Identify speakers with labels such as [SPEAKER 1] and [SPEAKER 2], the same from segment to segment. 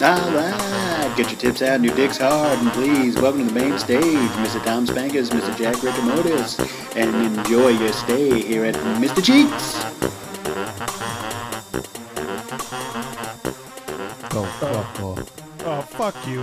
[SPEAKER 1] All right, get your tips out and your dicks hard, and please welcome to the main stage, Mr. Tom Spankers, Mr. Jack Rickamotis, and enjoy your stay here at Mr. Cheats.
[SPEAKER 2] Go fuck off.
[SPEAKER 3] Oh, fuck you.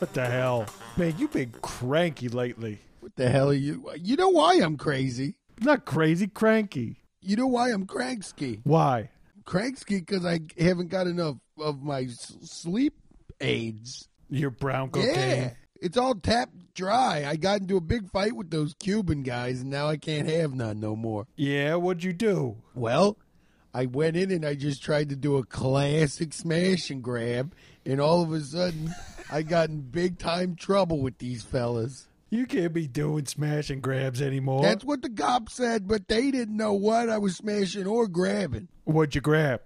[SPEAKER 3] What the hell? Man, you've been cranky lately.
[SPEAKER 2] What the hell are you? You know why I'm crazy?
[SPEAKER 3] Not crazy, cranky.
[SPEAKER 2] You know why I'm cranky?
[SPEAKER 3] Why?
[SPEAKER 2] Cranky because I haven't got enough of my s- sleep aids.
[SPEAKER 3] Your brown cocaine.
[SPEAKER 2] Yeah, it's all tapped dry. I got into a big fight with those Cuban guys, and now I can't have none no more.
[SPEAKER 3] Yeah, what'd you do?
[SPEAKER 2] Well, I went in and I just tried to do a classic smash and grab, and all of a sudden, I got in big time trouble with these fellas.
[SPEAKER 3] You can't be doing smash and grabs anymore.
[SPEAKER 2] That's what the cop said, but they didn't know what I was smashing or grabbing.
[SPEAKER 3] What'd you grab?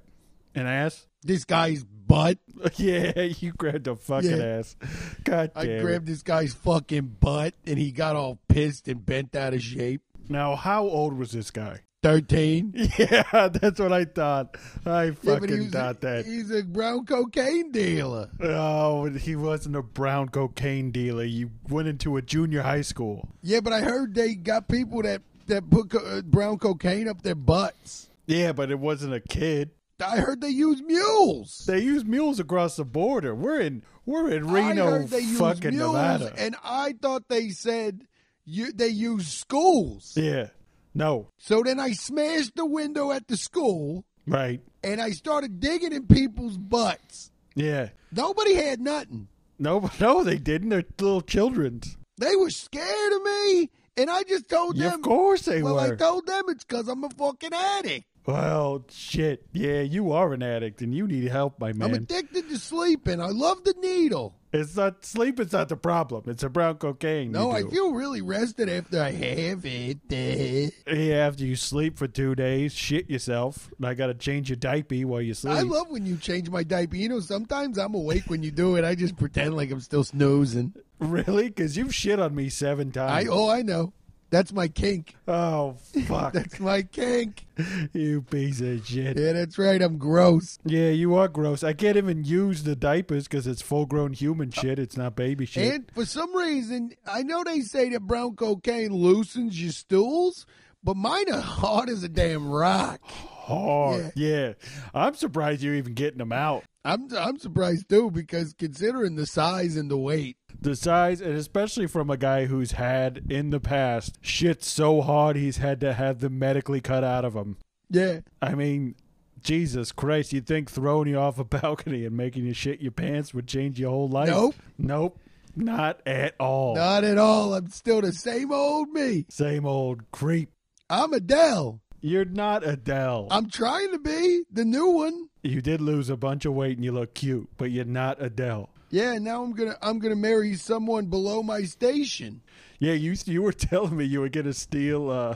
[SPEAKER 3] An ass?
[SPEAKER 2] This guy's butt.
[SPEAKER 3] yeah, you grabbed a fucking
[SPEAKER 2] Yeah.
[SPEAKER 3] ass. God
[SPEAKER 2] I
[SPEAKER 3] damn. it.
[SPEAKER 2] grabbed this guy's fucking butt, and he got all pissed and bent out of shape.
[SPEAKER 3] Now, how old was this guy?
[SPEAKER 2] 13.
[SPEAKER 3] Yeah, that's what I thought. I
[SPEAKER 2] Yeah, but
[SPEAKER 3] fucking
[SPEAKER 2] he was-
[SPEAKER 3] thought that.
[SPEAKER 2] He's a brown cocaine dealer.
[SPEAKER 3] oh, he wasn't a brown cocaine dealer. You went into a junior high school.
[SPEAKER 2] Yeah, but I heard they got people that, that put co- uh, brown cocaine up their butts.
[SPEAKER 3] Yeah, but it wasn't a kid.
[SPEAKER 2] I heard they use mules.
[SPEAKER 3] They use mules across the border. We're in we're in
[SPEAKER 2] I
[SPEAKER 3] Reno,
[SPEAKER 2] heard they use
[SPEAKER 3] fucking
[SPEAKER 2] mules,
[SPEAKER 3] Nevada.
[SPEAKER 2] And I thought they said you, they use schools.
[SPEAKER 3] yeah. No.
[SPEAKER 2] So then I smashed the window at the school
[SPEAKER 3] Right.
[SPEAKER 2] and I started digging in people's butts.
[SPEAKER 3] Yeah.
[SPEAKER 2] Nobody had nothing.
[SPEAKER 3] No, no, they didn't. They're little children's.
[SPEAKER 2] They were scared of me, and I just told
[SPEAKER 3] Yeah,
[SPEAKER 2] them.
[SPEAKER 3] of course they
[SPEAKER 2] well,
[SPEAKER 3] were.
[SPEAKER 2] I told them it's because I'm a fucking addict.
[SPEAKER 3] well, shit. Yeah, you are an addict and you need help, my
[SPEAKER 2] I'm
[SPEAKER 3] man.
[SPEAKER 2] addicted to sleeping. I love the needle.
[SPEAKER 3] it's not sleep is not the problem. It's a brown cocaine. you
[SPEAKER 2] No, I
[SPEAKER 3] do.
[SPEAKER 2] feel really rested after I have it. Eh.
[SPEAKER 3] Yeah, after you sleep for two days, shit yourself. And I gotta change your diaper while you sleep.
[SPEAKER 2] I love when you change my diaper. You know, sometimes I'm awake when you do it. I just pretend like I'm still snoozing.
[SPEAKER 3] really? Because you've shit on me seven
[SPEAKER 2] I
[SPEAKER 3] times.
[SPEAKER 2] oh, I know. That's my kink.
[SPEAKER 3] oh fuck.
[SPEAKER 2] That's my kink.
[SPEAKER 3] you piece of shit.
[SPEAKER 2] Yeah, that's right. I'm gross.
[SPEAKER 3] Yeah, you are gross. I can't even use the diapers because it's full grown human shit. It's not baby shit.
[SPEAKER 2] And for some reason, I know they say that brown cocaine loosens your stools, but mine are hard as a damn rock.
[SPEAKER 3] Hard. Yeah. I'm surprised you're even getting them out.
[SPEAKER 2] I'm I'm surprised too because considering the size and the weight,
[SPEAKER 3] The size, and especially from a guy who's had in the past shit so hard he's had to have them medically cut out of him.
[SPEAKER 2] yeah,
[SPEAKER 3] I mean, Jesus Christ, you'd think throwing you off a balcony and making you shit your pants would change your whole life.
[SPEAKER 2] Nope.
[SPEAKER 3] Nope. Not at all.
[SPEAKER 2] not at all. I'm still the same old me.
[SPEAKER 3] Same old creep.
[SPEAKER 2] I'm Adele.
[SPEAKER 3] You're not Adele.
[SPEAKER 2] I'm trying to be the new one.
[SPEAKER 3] You did lose a bunch of weight and you look cute, but you're not Adele.
[SPEAKER 2] Yeah, now I'm gonna I'm gonna marry someone below my station.
[SPEAKER 3] Yeah, you you were telling me you were gonna steal uh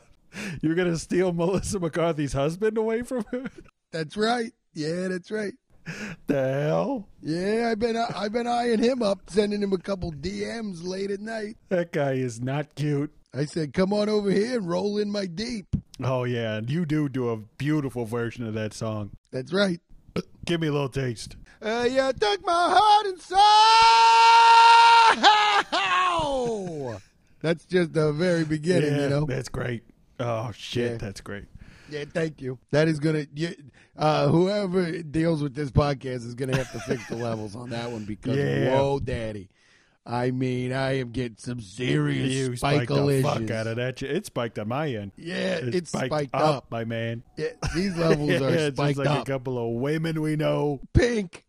[SPEAKER 3] you were gonna steal Melissa McCarthy's husband away from her.
[SPEAKER 2] That's right. Yeah, that's right.
[SPEAKER 3] the hell?
[SPEAKER 2] Yeah, I've been I've been eyeing him up, sending him a couple DMs late at night.
[SPEAKER 3] That guy is not cute.
[SPEAKER 2] I said, "Come on over here and roll in my deep."
[SPEAKER 3] Oh yeah, and you do do a beautiful version of that song.
[SPEAKER 2] That's right.
[SPEAKER 3] Give me a little taste.
[SPEAKER 2] Uh, you took my heart inside. That's just the very beginning,
[SPEAKER 3] yeah,
[SPEAKER 2] you know.
[SPEAKER 3] that's great. Oh shit,
[SPEAKER 2] Yeah.
[SPEAKER 3] that's great.
[SPEAKER 2] Yeah, thank you. That is gonna. You, uh, whoever deals with this podcast is gonna have to fix the levels on that one because
[SPEAKER 3] Yeah.
[SPEAKER 2] whoa, daddy! I mean, I am getting some serious
[SPEAKER 3] You
[SPEAKER 2] spike
[SPEAKER 3] spiked the fuck
[SPEAKER 2] issues.
[SPEAKER 3] out of that. shit. It spiked on my end.
[SPEAKER 2] Yeah,
[SPEAKER 3] It
[SPEAKER 2] it's, spiked, up.
[SPEAKER 3] my man.
[SPEAKER 2] Yeah, these levels
[SPEAKER 3] yeah,
[SPEAKER 2] are
[SPEAKER 3] it's just
[SPEAKER 2] spiked
[SPEAKER 3] like
[SPEAKER 2] up.
[SPEAKER 3] a couple of women we know.
[SPEAKER 2] Pink,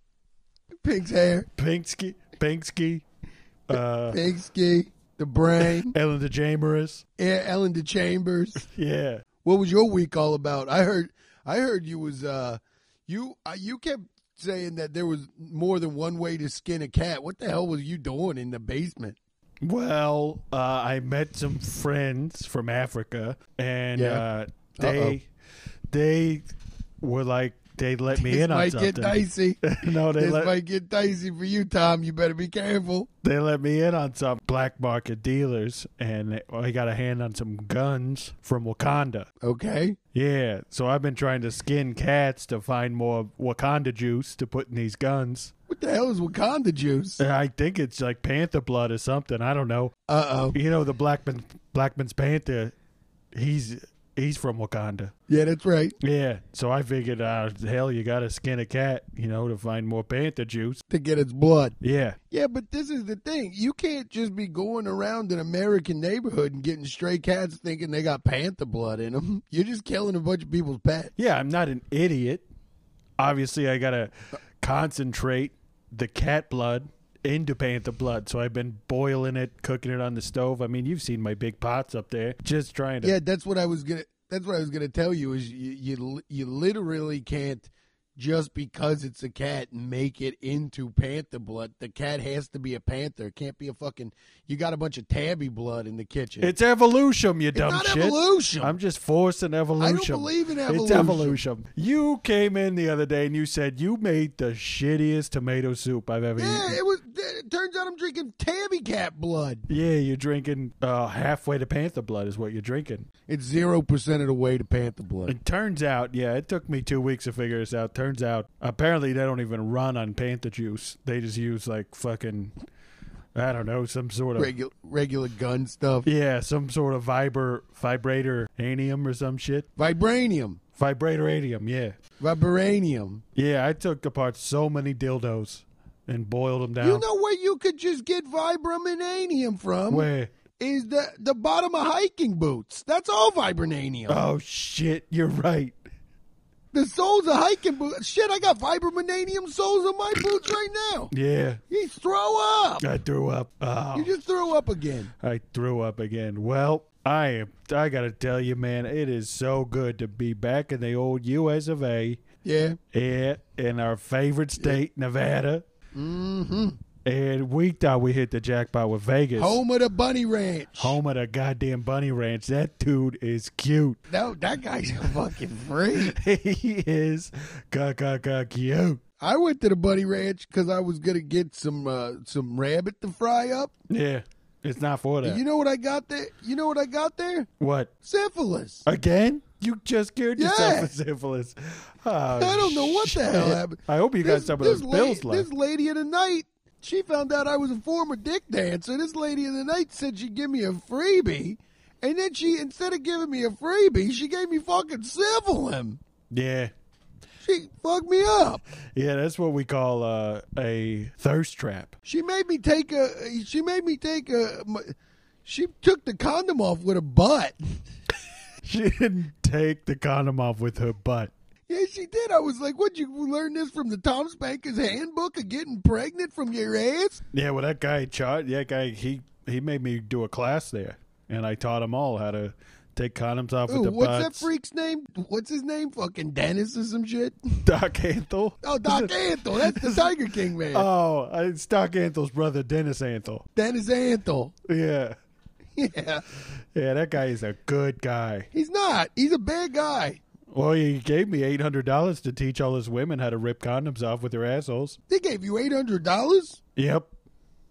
[SPEAKER 2] pink's hair,
[SPEAKER 3] Pinsky, Pinsky, uh,
[SPEAKER 2] pink ski, the brain.
[SPEAKER 3] Ellen DeGeneres.
[SPEAKER 2] yeah, Ellen DeChambers.
[SPEAKER 3] Yeah.
[SPEAKER 2] What was your week all about? I heard, I heard you was uh, you uh, you kept saying that there was more than one way to skin a cat. What the hell was you doing in the basement?
[SPEAKER 3] Well, uh, I met some friends from Africa, and
[SPEAKER 2] Yeah.
[SPEAKER 3] uh, they they were like they let me
[SPEAKER 2] This
[SPEAKER 3] in on
[SPEAKER 2] might
[SPEAKER 3] something.
[SPEAKER 2] get dicey.
[SPEAKER 3] no, they
[SPEAKER 2] this
[SPEAKER 3] let
[SPEAKER 2] might get dicey for you, Tom. You better be careful.
[SPEAKER 3] they let me in on some black market dealers, and I got a hand on some guns from Wakanda.
[SPEAKER 2] Okay.
[SPEAKER 3] Yeah, so I've been trying to skin cats to find more Wakanda juice to put in these guns.
[SPEAKER 2] What What the hell is Wakanda juice? Uh
[SPEAKER 3] I think it's like panther blood or something. I don't know.
[SPEAKER 2] oh.
[SPEAKER 3] You know the Blackman Blackman's panther. He's he's from Wakanda.
[SPEAKER 2] Yeah, that's right.
[SPEAKER 3] Yeah. So I figured, uh, hell, you got to skin a cat, you know, to find more panther juice.
[SPEAKER 2] To get its blood.
[SPEAKER 3] Yeah.
[SPEAKER 2] Yeah, but this is the thing. You can't just be going around an American neighborhood and getting stray cats thinking they got panther blood in them. You're just killing a bunch of people's pets.
[SPEAKER 3] Yeah, I'm not an idiot. Obviously, I got to concentrate the cat blood into panther blood. So I've been boiling it, cooking it on the stove. I mean, you've seen my big pots up there. Just trying to.
[SPEAKER 2] Yeah, that's what I was gonna. That's what I was gonna tell you is you you, you literally can't just because it's a cat make it into panther blood. The cat has to be a panther. It can't be a fucking. You got a bunch of tabby blood in the kitchen.
[SPEAKER 3] It's evolution, you dumb
[SPEAKER 2] not
[SPEAKER 3] shit.
[SPEAKER 2] evolution.
[SPEAKER 3] I'm just forcing evolution.
[SPEAKER 2] believe in
[SPEAKER 3] It's
[SPEAKER 2] evolution.
[SPEAKER 3] evolution. You came in the other day and you said you made the shittiest tomato soup I've ever eaten.
[SPEAKER 2] yeah, it was. It turns out I'm drinking tabby cat blood.
[SPEAKER 3] Yeah, you're drinking uh, halfway to panther blood is what you're drinking.
[SPEAKER 2] It's zero percent of the way to panther blood.
[SPEAKER 3] It turns out, yeah, it took me two weeks to figure this out. Turns out, apparently they don't even run on panther juice. They just use like fucking, I don't know, some sort of
[SPEAKER 2] Regular regular gun stuff.
[SPEAKER 3] yeah, some sort of vibra vibrator anium or some shit.
[SPEAKER 2] Vibranium,
[SPEAKER 3] Vibrator anium, yeah,
[SPEAKER 2] vibranium.
[SPEAKER 3] yeah. I took apart so many dildos and boiled them down.
[SPEAKER 2] You know where you could just get vibrananium from?
[SPEAKER 3] Where?
[SPEAKER 2] is the the bottom of hiking boots. That's all vibranium.
[SPEAKER 3] Oh shit, you're right.
[SPEAKER 2] the soles of hiking boots. Shit, I got vibranium soles on my boots right now.
[SPEAKER 3] Yeah,
[SPEAKER 2] You throw up.
[SPEAKER 3] I threw up. Oh.
[SPEAKER 2] You just threw up again.
[SPEAKER 3] I threw up again. Well, I am. I gotta tell you, man, it is so good to be back in the old U.S. of A.
[SPEAKER 2] Yeah.
[SPEAKER 3] Yeah, in our favorite state, Nevada. Mm-hmm. And we thought we hit the jackpot with Vegas,
[SPEAKER 2] Home of the bunny ranch.
[SPEAKER 3] home of the goddamn bunny ranch. That dude is cute.
[SPEAKER 2] No, that guy's a fucking free.
[SPEAKER 3] he is ca ca ca cute.
[SPEAKER 2] I went to the bunny ranch because I was gonna get some uh, some rabbit to fry up.
[SPEAKER 3] Yeah, it's not for that.
[SPEAKER 2] You know what I got there? You know what I got there?
[SPEAKER 3] what
[SPEAKER 2] Syphilis.
[SPEAKER 3] Oh, again? You just cured
[SPEAKER 2] Yeah.
[SPEAKER 3] yourself of syphilis. Oh,
[SPEAKER 2] I don't know what the hell
[SPEAKER 3] shit.
[SPEAKER 2] happened.
[SPEAKER 3] I hope you got some of those
[SPEAKER 2] la-
[SPEAKER 3] bills left.
[SPEAKER 2] This lady of the night, she found out I was a former dick dancer. This lady of the night said she'd give me a freebie, and then she, instead of giving me a freebie, she gave me fucking syphilim.
[SPEAKER 3] Yeah.
[SPEAKER 2] She fucked me up.
[SPEAKER 3] Yeah, that's what we call uh, a thirst trap.
[SPEAKER 2] She made me take a. She made me take a. m- She took the condom off with her butt.
[SPEAKER 3] She didn't take the condom off with her butt.
[SPEAKER 2] Yeah, she did. I was like, "What? You learn this from the Tom Spanker's handbook of getting pregnant from your ass?"
[SPEAKER 3] Yeah, well, that guy chart. That guy he he made me do a class there, and I taught them all how to take condoms off
[SPEAKER 2] Ooh,
[SPEAKER 3] with the
[SPEAKER 2] what's that
[SPEAKER 3] butts.
[SPEAKER 2] freak's name? What's his name? Fucking Dennis or some shit?
[SPEAKER 3] Doc Antle.
[SPEAKER 2] Oh, Doc Antle. That's the Tiger King man.
[SPEAKER 3] Oh, it's Doc Antle's brother, Dennis Antle.
[SPEAKER 2] Dennis Antle.
[SPEAKER 3] Yeah,
[SPEAKER 2] Yeah.
[SPEAKER 3] yeah, that guy is a good guy.
[SPEAKER 2] He's not. He's a bad guy.
[SPEAKER 3] Well, he gave me eight hundred dollars to teach all his women how to rip condoms off with their assholes.
[SPEAKER 2] They gave you $800?
[SPEAKER 3] Yep.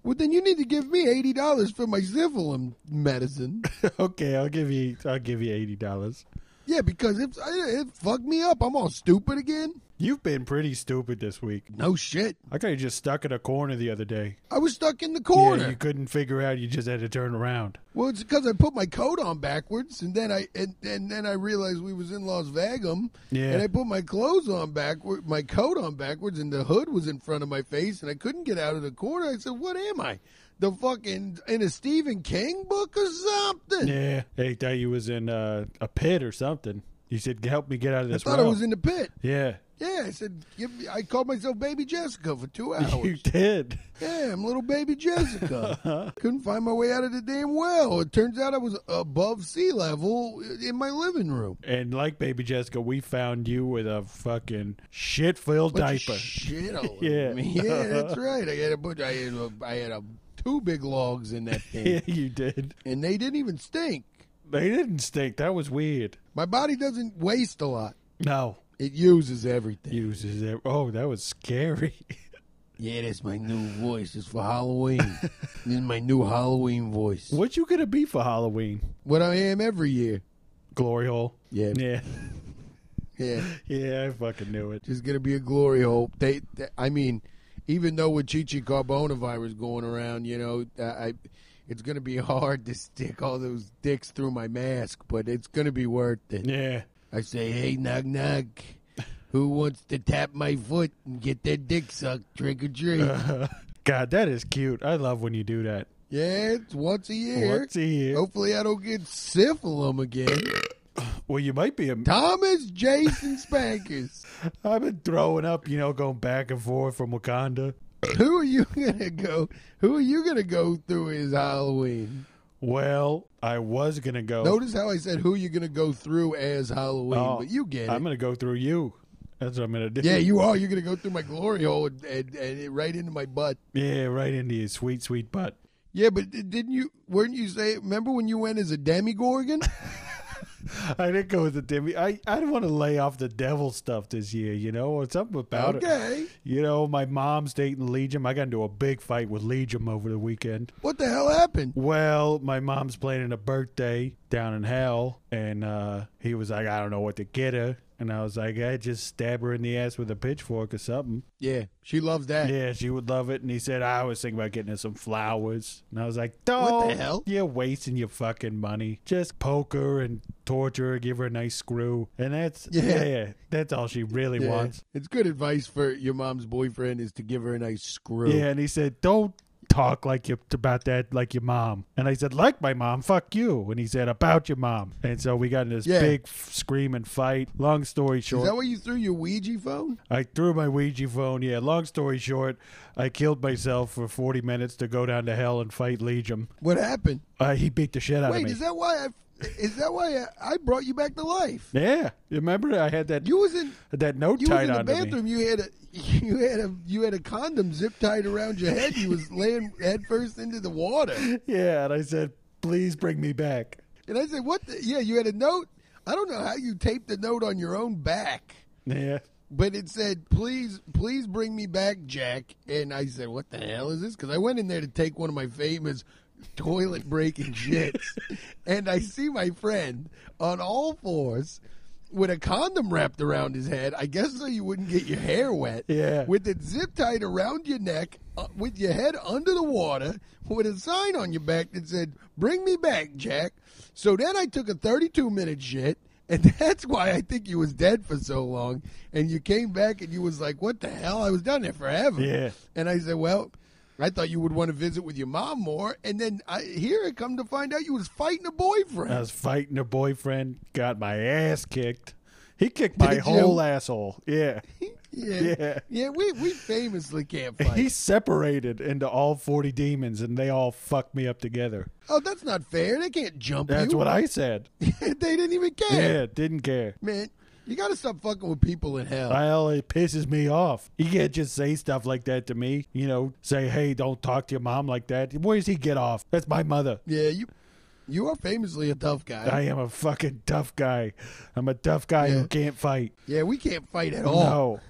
[SPEAKER 2] Well, then you need to give me $80 for my syphilis medicine.
[SPEAKER 3] okay, I'll give you. I'll give you eighty dollars.
[SPEAKER 2] yeah, because if it fucked me up, I'm all stupid again.
[SPEAKER 3] You've been pretty stupid this week.
[SPEAKER 2] No shit.
[SPEAKER 3] I got you just stuck in a corner the other day.
[SPEAKER 2] I was stuck in the
[SPEAKER 3] Yeah, you
[SPEAKER 2] corner.
[SPEAKER 3] couldn't figure out. You just had to turn around.
[SPEAKER 2] well, it's because I put my coat on backwards, and then I and, and then I realized we was in Las Vegas,
[SPEAKER 3] Yeah.
[SPEAKER 2] and I put my clothes on backward, my coat on backwards, and the hood was in front of my face, and I couldn't get out of the corner. I said, "What am I? The fucking in a Stephen King book or something?"
[SPEAKER 3] Yeah, they thought you was in uh, a pit or something. You said, "Help me get out of
[SPEAKER 2] I
[SPEAKER 3] this."
[SPEAKER 2] thought I
[SPEAKER 3] row."
[SPEAKER 2] was in the pit.
[SPEAKER 3] Yeah,
[SPEAKER 2] Yeah, I said, "Give me." I called myself Baby Jessica for two
[SPEAKER 3] you
[SPEAKER 2] hours.
[SPEAKER 3] did.
[SPEAKER 2] Yeah, I'm little baby Jessica. Couldn't find my way out of the damn well. It turns out I was above sea level in my living room.
[SPEAKER 3] And like Baby Jessica, we found you with a fucking shit-filled
[SPEAKER 2] Bunch of
[SPEAKER 3] diaper.
[SPEAKER 2] Shit all
[SPEAKER 3] Yeah.
[SPEAKER 2] over me. Yeah, that's right. I had a bunch. I had, a, I had a, two big logs in that thing,
[SPEAKER 3] yeah, you did.
[SPEAKER 2] and they didn't even stink.
[SPEAKER 3] They didn't stink. That was weird.
[SPEAKER 2] My body doesn't waste a lot.
[SPEAKER 3] No,
[SPEAKER 2] It uses everything.
[SPEAKER 3] uses it. Oh, that was scary.
[SPEAKER 2] Yeah, that's my new voice. It's for Halloween. this is my new Halloween voice. What,
[SPEAKER 3] what you gonna be for Halloween?
[SPEAKER 2] I am every year.
[SPEAKER 3] Glory hole.
[SPEAKER 2] Yeah.
[SPEAKER 3] Yeah,
[SPEAKER 2] Yeah.
[SPEAKER 3] yeah. I fucking knew it.
[SPEAKER 2] Just gonna be a glory hole. They, they- I mean, even though with Chichi Carbona virus going around, you know, I, I it's going to be hard to stick all those dicks through my mask, but it's going to be worth it.
[SPEAKER 3] Yeah.
[SPEAKER 2] I say, hey, knock knock. Who wants to tap my foot and get their dick sucked? Trick or treat.
[SPEAKER 3] Uh. God, that is cute. I love when you do that.
[SPEAKER 2] yeah, it's once a year.
[SPEAKER 3] Once a year.
[SPEAKER 2] Hopefully, I don't get syphilis again.
[SPEAKER 3] Well, you might be. A,
[SPEAKER 2] Thomas Jason Spankers.
[SPEAKER 3] I've been throwing up, you know, going back and forth from Wakanda.
[SPEAKER 2] who are you gonna go? Who are you gonna go through his Halloween?
[SPEAKER 3] Well, I was gonna go.
[SPEAKER 2] Notice how I said who you're gonna go through as Halloween,
[SPEAKER 3] Oh,
[SPEAKER 2] but you get it.
[SPEAKER 3] I'm gonna go through you. That's what I'm gonna do.
[SPEAKER 2] yeah, you are. You're gonna go through my glory hole and, and, and it right into my butt.
[SPEAKER 3] Yeah, right into your sweet, sweet butt.
[SPEAKER 2] Yeah, but di- didn't you? Weren't you say? Remember when you went as a demigorgon?
[SPEAKER 3] I didn't go with the Demi. I I don't want to lay off the devil stuff this year. You know, or something about it.
[SPEAKER 2] okay.
[SPEAKER 3] You know, my mom's dating Legion. I got into a big fight with Legion over the weekend.
[SPEAKER 2] What the hell happened?
[SPEAKER 3] Well, my mom's planning a birthday down in hell, and uh, he was like, I don't know what to get her. And I was like, I just stab her in the ass with a pitchfork or something.
[SPEAKER 2] Yeah, she loves that.
[SPEAKER 3] Yeah, she would love it. And he said, I was thinking about getting her some flowers. And I was like, do
[SPEAKER 2] What the hell?
[SPEAKER 3] You're wasting your fucking money. Just poke her and torture her, give her a nice screw. And that's,
[SPEAKER 2] Yeah.
[SPEAKER 3] yeah, yeah, that's all she really
[SPEAKER 2] Yeah.
[SPEAKER 3] wants.
[SPEAKER 2] It's good advice for your mom's boyfriend is to give her a nice screw.
[SPEAKER 3] Yeah, and he said, "Don't talk like you about that like your mom." And I said, "Like my mom, fuck you." And he said, "About your mom." And so we got in this
[SPEAKER 2] Yeah.
[SPEAKER 3] big f- screaming fight. Long story
[SPEAKER 2] Is
[SPEAKER 3] short,
[SPEAKER 2] that why you threw your Ouija phone?
[SPEAKER 3] I threw my Ouija phone. Yeah, long story short, I killed myself for forty minutes to go down to hell and fight Legion.
[SPEAKER 2] What happened?
[SPEAKER 3] Uh, he beat the shit out of
[SPEAKER 2] Wait,
[SPEAKER 3] me.
[SPEAKER 2] is that why I? Is that why I, I brought you back to life?
[SPEAKER 3] yeah, remember I had that
[SPEAKER 2] You was in
[SPEAKER 3] that note
[SPEAKER 2] you was
[SPEAKER 3] tied
[SPEAKER 2] in the
[SPEAKER 3] onto me.
[SPEAKER 2] bathroom. You had a you had a you had a condom zip tied around your head. You was laying head first into the water,
[SPEAKER 3] Yeah, and I said, "Please bring me back."
[SPEAKER 2] and I said, "What? The, yeah, you had a note. I don't know how you taped the note on your own back."
[SPEAKER 3] Yeah.
[SPEAKER 2] But it said, "Please, please bring me back, Jack." And I said, "What the hell is this?" Because I went in there to take one of my famous toilet breaking shits, and I see my friend on all fours with a condom wrapped around his head. I guess so you wouldn't get your hair wet.
[SPEAKER 3] Yeah.
[SPEAKER 2] with it zip tied around your neck, uh, with your head under the water, with a sign on your back that said, "Bring me back, Jack." So then I took a thirty-two minute shit. And that's why I think you was dead for so long. And you came back and you was like, "What the hell? I was down there forever."
[SPEAKER 3] Yeah.
[SPEAKER 2] And I said, "Well, I thought you would want to visit with your mom more." And then I, here I come to find out you was fighting a boyfriend.
[SPEAKER 3] I was fighting her boyfriend, got my ass kicked. He kicked my
[SPEAKER 2] Did you?
[SPEAKER 3] whole asshole. Yeah.
[SPEAKER 2] yeah,
[SPEAKER 3] yeah.
[SPEAKER 2] We we famously can't
[SPEAKER 3] He
[SPEAKER 2] fight.
[SPEAKER 3] separated into all 40 demons and they all fucked me up together.
[SPEAKER 2] oh, that's not fair. They can't jump
[SPEAKER 3] That's
[SPEAKER 2] you.
[SPEAKER 3] what I said.
[SPEAKER 2] they didn't even care,
[SPEAKER 3] Yeah, didn't care.
[SPEAKER 2] man. You got to stop fucking with people in hell.
[SPEAKER 3] Well, it pisses me off. You can't just say stuff like that to me. You know, say, hey, don't talk to your mom like that. Where does he get off? That's my mother.
[SPEAKER 2] yeah, you you are famously a tough guy.
[SPEAKER 3] I am a fucking tough guy. I'm a tough guy
[SPEAKER 2] Yeah. Oh.
[SPEAKER 3] who can't fight.
[SPEAKER 2] yeah, we can't fight at all.
[SPEAKER 3] No.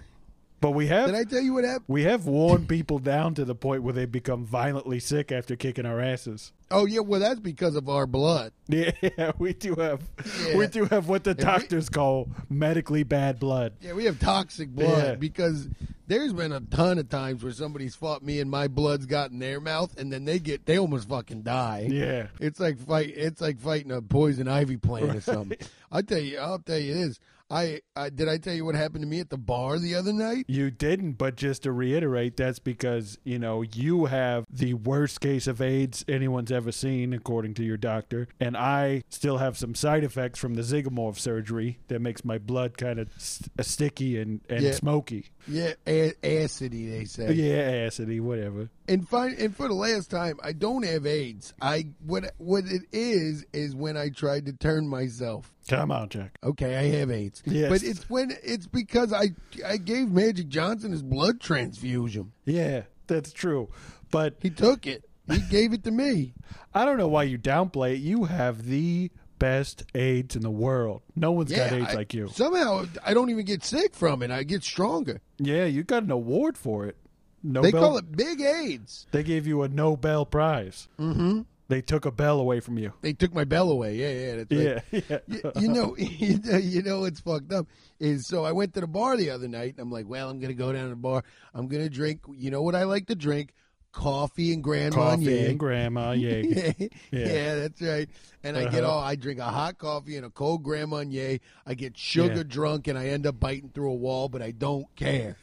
[SPEAKER 3] But we have
[SPEAKER 2] Did I tell you what happened?
[SPEAKER 3] We have worn people down to the point where they become violently sick after kicking our asses.
[SPEAKER 2] Oh yeah, well that's because of our blood.
[SPEAKER 3] Yeah, we do have
[SPEAKER 2] Yeah.
[SPEAKER 3] we do have what the
[SPEAKER 2] we-
[SPEAKER 3] doctors call medically bad blood.
[SPEAKER 2] Yeah, we have toxic blood
[SPEAKER 3] Yeah.
[SPEAKER 2] because there's been a ton of times where somebody's fought me and my blood's got in their mouth, and then they get they almost fucking die.
[SPEAKER 3] Yeah.
[SPEAKER 2] It's like fight. It's like fighting a poison ivy plant or something. I tell you, I'll tell you this. I, I did I tell you what happened to me at the bar the other night?
[SPEAKER 3] You didn't, but just to reiterate, that's because, you know, you have the worst case of AIDS anyone's ever seen, according to your doctor. And I still have some side effects from the Zygomorph surgery that makes my blood kind of st- sticky and, and
[SPEAKER 2] Yeah.
[SPEAKER 3] smoky.
[SPEAKER 2] Yeah, a- acidy they say.
[SPEAKER 3] Yeah, acidy, whatever.
[SPEAKER 2] And fine, and for the last time, I don't have AIDS. I what what it is is when I tried to turn myself.
[SPEAKER 3] Come on, Jack.
[SPEAKER 2] Okay, I have AIDS.
[SPEAKER 3] Yes.
[SPEAKER 2] But it's when it's because I I gave Magic Johnson his blood transfusion.
[SPEAKER 3] Yeah, that's true. But
[SPEAKER 2] He took it. He gave it to me.
[SPEAKER 3] I don't know why you downplay it. You have the best AIDS in the world. No one's
[SPEAKER 2] Yeah,
[SPEAKER 3] got AIDS
[SPEAKER 2] I-
[SPEAKER 3] like you.
[SPEAKER 2] Somehow I don't even get sick from it. I get stronger.
[SPEAKER 3] Yeah, you got an award for it. Nobel.
[SPEAKER 2] They call it big AIDS.
[SPEAKER 3] They gave you a Nobel Prize. Mm-hmm. They took a bell away from you.
[SPEAKER 2] They took my bell away. Yeah, yeah. That's right.
[SPEAKER 3] Yeah, yeah.
[SPEAKER 2] you, you know, you know, you know what's fucked up is so I went to the bar the other night and I'm like, well, I'm gonna go down to the bar. I'm gonna drink. You know what I like to drink? Coffee and Grand
[SPEAKER 3] Coffee
[SPEAKER 2] Marnier.
[SPEAKER 3] and grandma. Yeah. Uh-huh.
[SPEAKER 2] yeah, that's right. And I get all I drink a hot coffee and a cold Grand Marnier. I get sugar
[SPEAKER 3] Yeah.
[SPEAKER 2] drunk and I end up biting through a wall, but I don't care.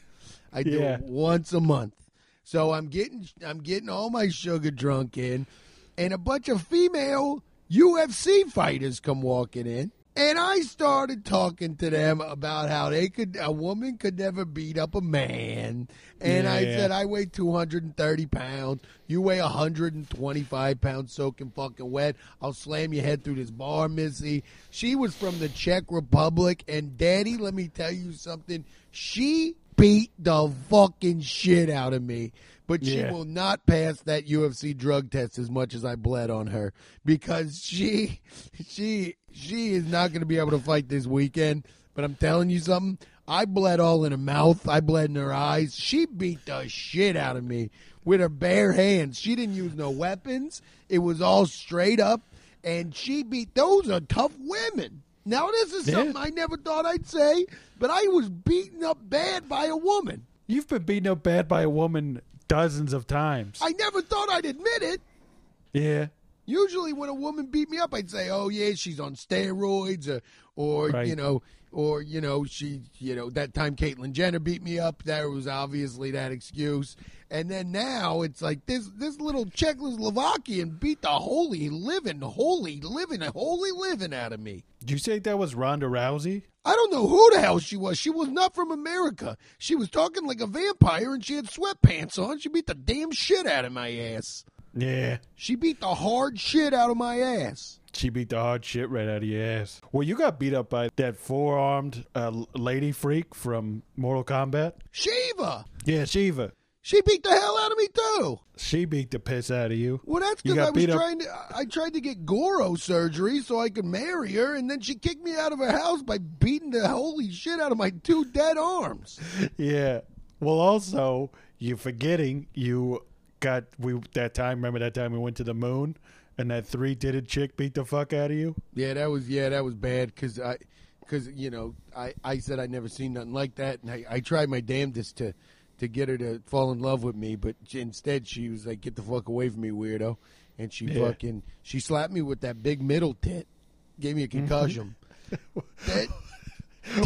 [SPEAKER 2] I do
[SPEAKER 3] Yeah.
[SPEAKER 2] it once a month. So I'm getting I'm getting all my sugar drunk in, and a bunch of female UFC fighters come walking in. And I started talking to them about how they could a woman could never beat up a man. And I
[SPEAKER 3] Yeah.
[SPEAKER 2] said I weigh 230 pounds. You weigh 125 pounds soaking fucking wet. I'll slam your head through this bar, Missy. She was from the Czech Republic. And, Daddy, let me tell you something. She beat the fucking shit out of me. But she
[SPEAKER 3] Yeah.
[SPEAKER 2] will not pass that UFC drug test as much as I bled on her because she, she, she is not going to be able to fight this weekend. But I'm telling you something. I bled all in her mouth. I bled in her eyes. She beat the shit out of me with her bare hands. She didn't use no weapons. It was all straight up. And she beat those are tough women. Now this is
[SPEAKER 3] Yeah.
[SPEAKER 2] something I never thought I'd say, but I was beaten up bad by a woman.
[SPEAKER 3] You've been beaten up bad by a woman dozens of times.
[SPEAKER 2] I never thought I'd admit it.
[SPEAKER 3] yeah.
[SPEAKER 2] Usually, when a woman beat me up, I'd say, "Oh yeah, she's on steroids," or, or
[SPEAKER 3] Right.
[SPEAKER 2] you know, or you know, she, you know, that time Caitlyn Jenner beat me up. There was obviously that excuse. And then now it's like this this little Czechoslovakian beat the holy living, holy living, holy living out of me.
[SPEAKER 3] Did you say that was Ronda Rousey?
[SPEAKER 2] I don't know who the hell she was. She was not from America. She was talking like a vampire, and she had sweatpants on. She beat the damn shit out of my ass.
[SPEAKER 3] Yeah.
[SPEAKER 2] She beat the hard shit out of my ass.
[SPEAKER 3] She beat the hard shit right out of your ass. Well, you got beat up by that four armed uh, l- lady freak from Mortal Kombat.
[SPEAKER 2] Shiva.
[SPEAKER 3] Yeah, Shiva.
[SPEAKER 2] She beat the hell out of me too.
[SPEAKER 3] She beat the piss out of you.
[SPEAKER 2] Well, that's
[SPEAKER 3] You
[SPEAKER 2] because
[SPEAKER 3] got
[SPEAKER 2] I was
[SPEAKER 3] beat up-
[SPEAKER 2] trying to. I- I tried to get Goro surgery so I could marry her, and then she kicked me out of her house by beating the holy shit out of my two dead arms.
[SPEAKER 3] Yeah. Well, also, you're forgetting you got we that time. Remember that time we went to the moon and that three titted chick beat the fuck out of you.
[SPEAKER 2] Yeah, that was yeah, that was bad because I, because you know I I said I never seen nothing like that, and I I tried my damnedest to to get her to fall in love with me, but she- instead she was like, "Get the fuck away from me, weirdo," and she
[SPEAKER 3] Yeah.
[SPEAKER 2] fucking she slapped me with that big middle tit, gave me a concussion. That-